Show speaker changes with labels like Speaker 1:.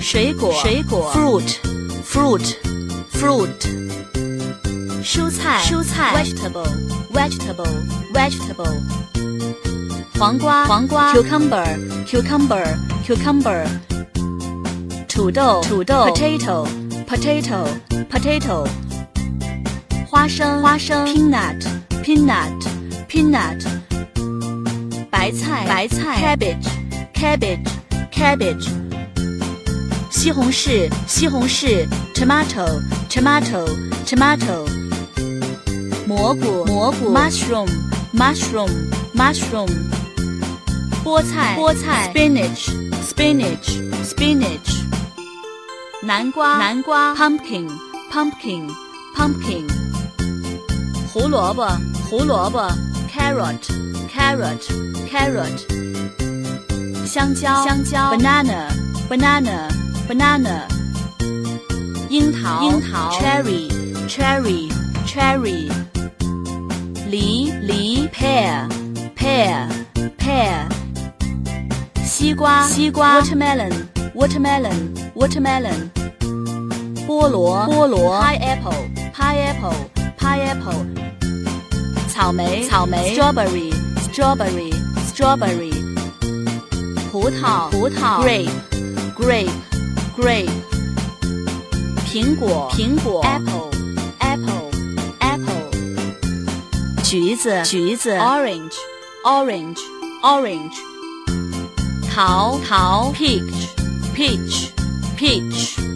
Speaker 1: 水果
Speaker 2: 水果
Speaker 1: fruit fruit fruit
Speaker 2: 蔬菜
Speaker 1: 蔬菜
Speaker 2: vegetable vegetable vegetable 黄瓜
Speaker 1: 黄瓜
Speaker 2: cucumber cucumber cucumber 土豆
Speaker 1: 土豆
Speaker 2: potato potato potato 花生花生 peanut peanut peanut 白菜
Speaker 1: 白菜
Speaker 2: cabbage cabbage cabbage 西红柿西红柿 tomato tomato tomato 蘑菇
Speaker 1: 蘑菇
Speaker 2: mushroom mushroom mushroom 菠菜
Speaker 1: 菠菜
Speaker 2: spinach spinach spinach 南瓜
Speaker 1: 南瓜
Speaker 2: pumpkin pumpkin pumpkin 胡萝卜胡萝卜 carrot carrot carrot 香蕉
Speaker 1: 香蕉
Speaker 2: banana banana banana 樱桃
Speaker 1: 樱桃
Speaker 2: cherry cherry cherry 梨梨 pear pear pear 西瓜
Speaker 1: 西瓜
Speaker 2: watermelon watermelon watermelon 菠萝
Speaker 1: 菠萝
Speaker 2: pineapple pineapple pineapple 草莓
Speaker 1: 草莓
Speaker 2: strawberry strawberry strawberry 葡萄
Speaker 1: 葡萄
Speaker 2: grape grape grape 苹果
Speaker 1: 苹果
Speaker 2: apple apple apple 橘子
Speaker 1: 橘子
Speaker 2: orange orange orange 桃桃 peach peach peach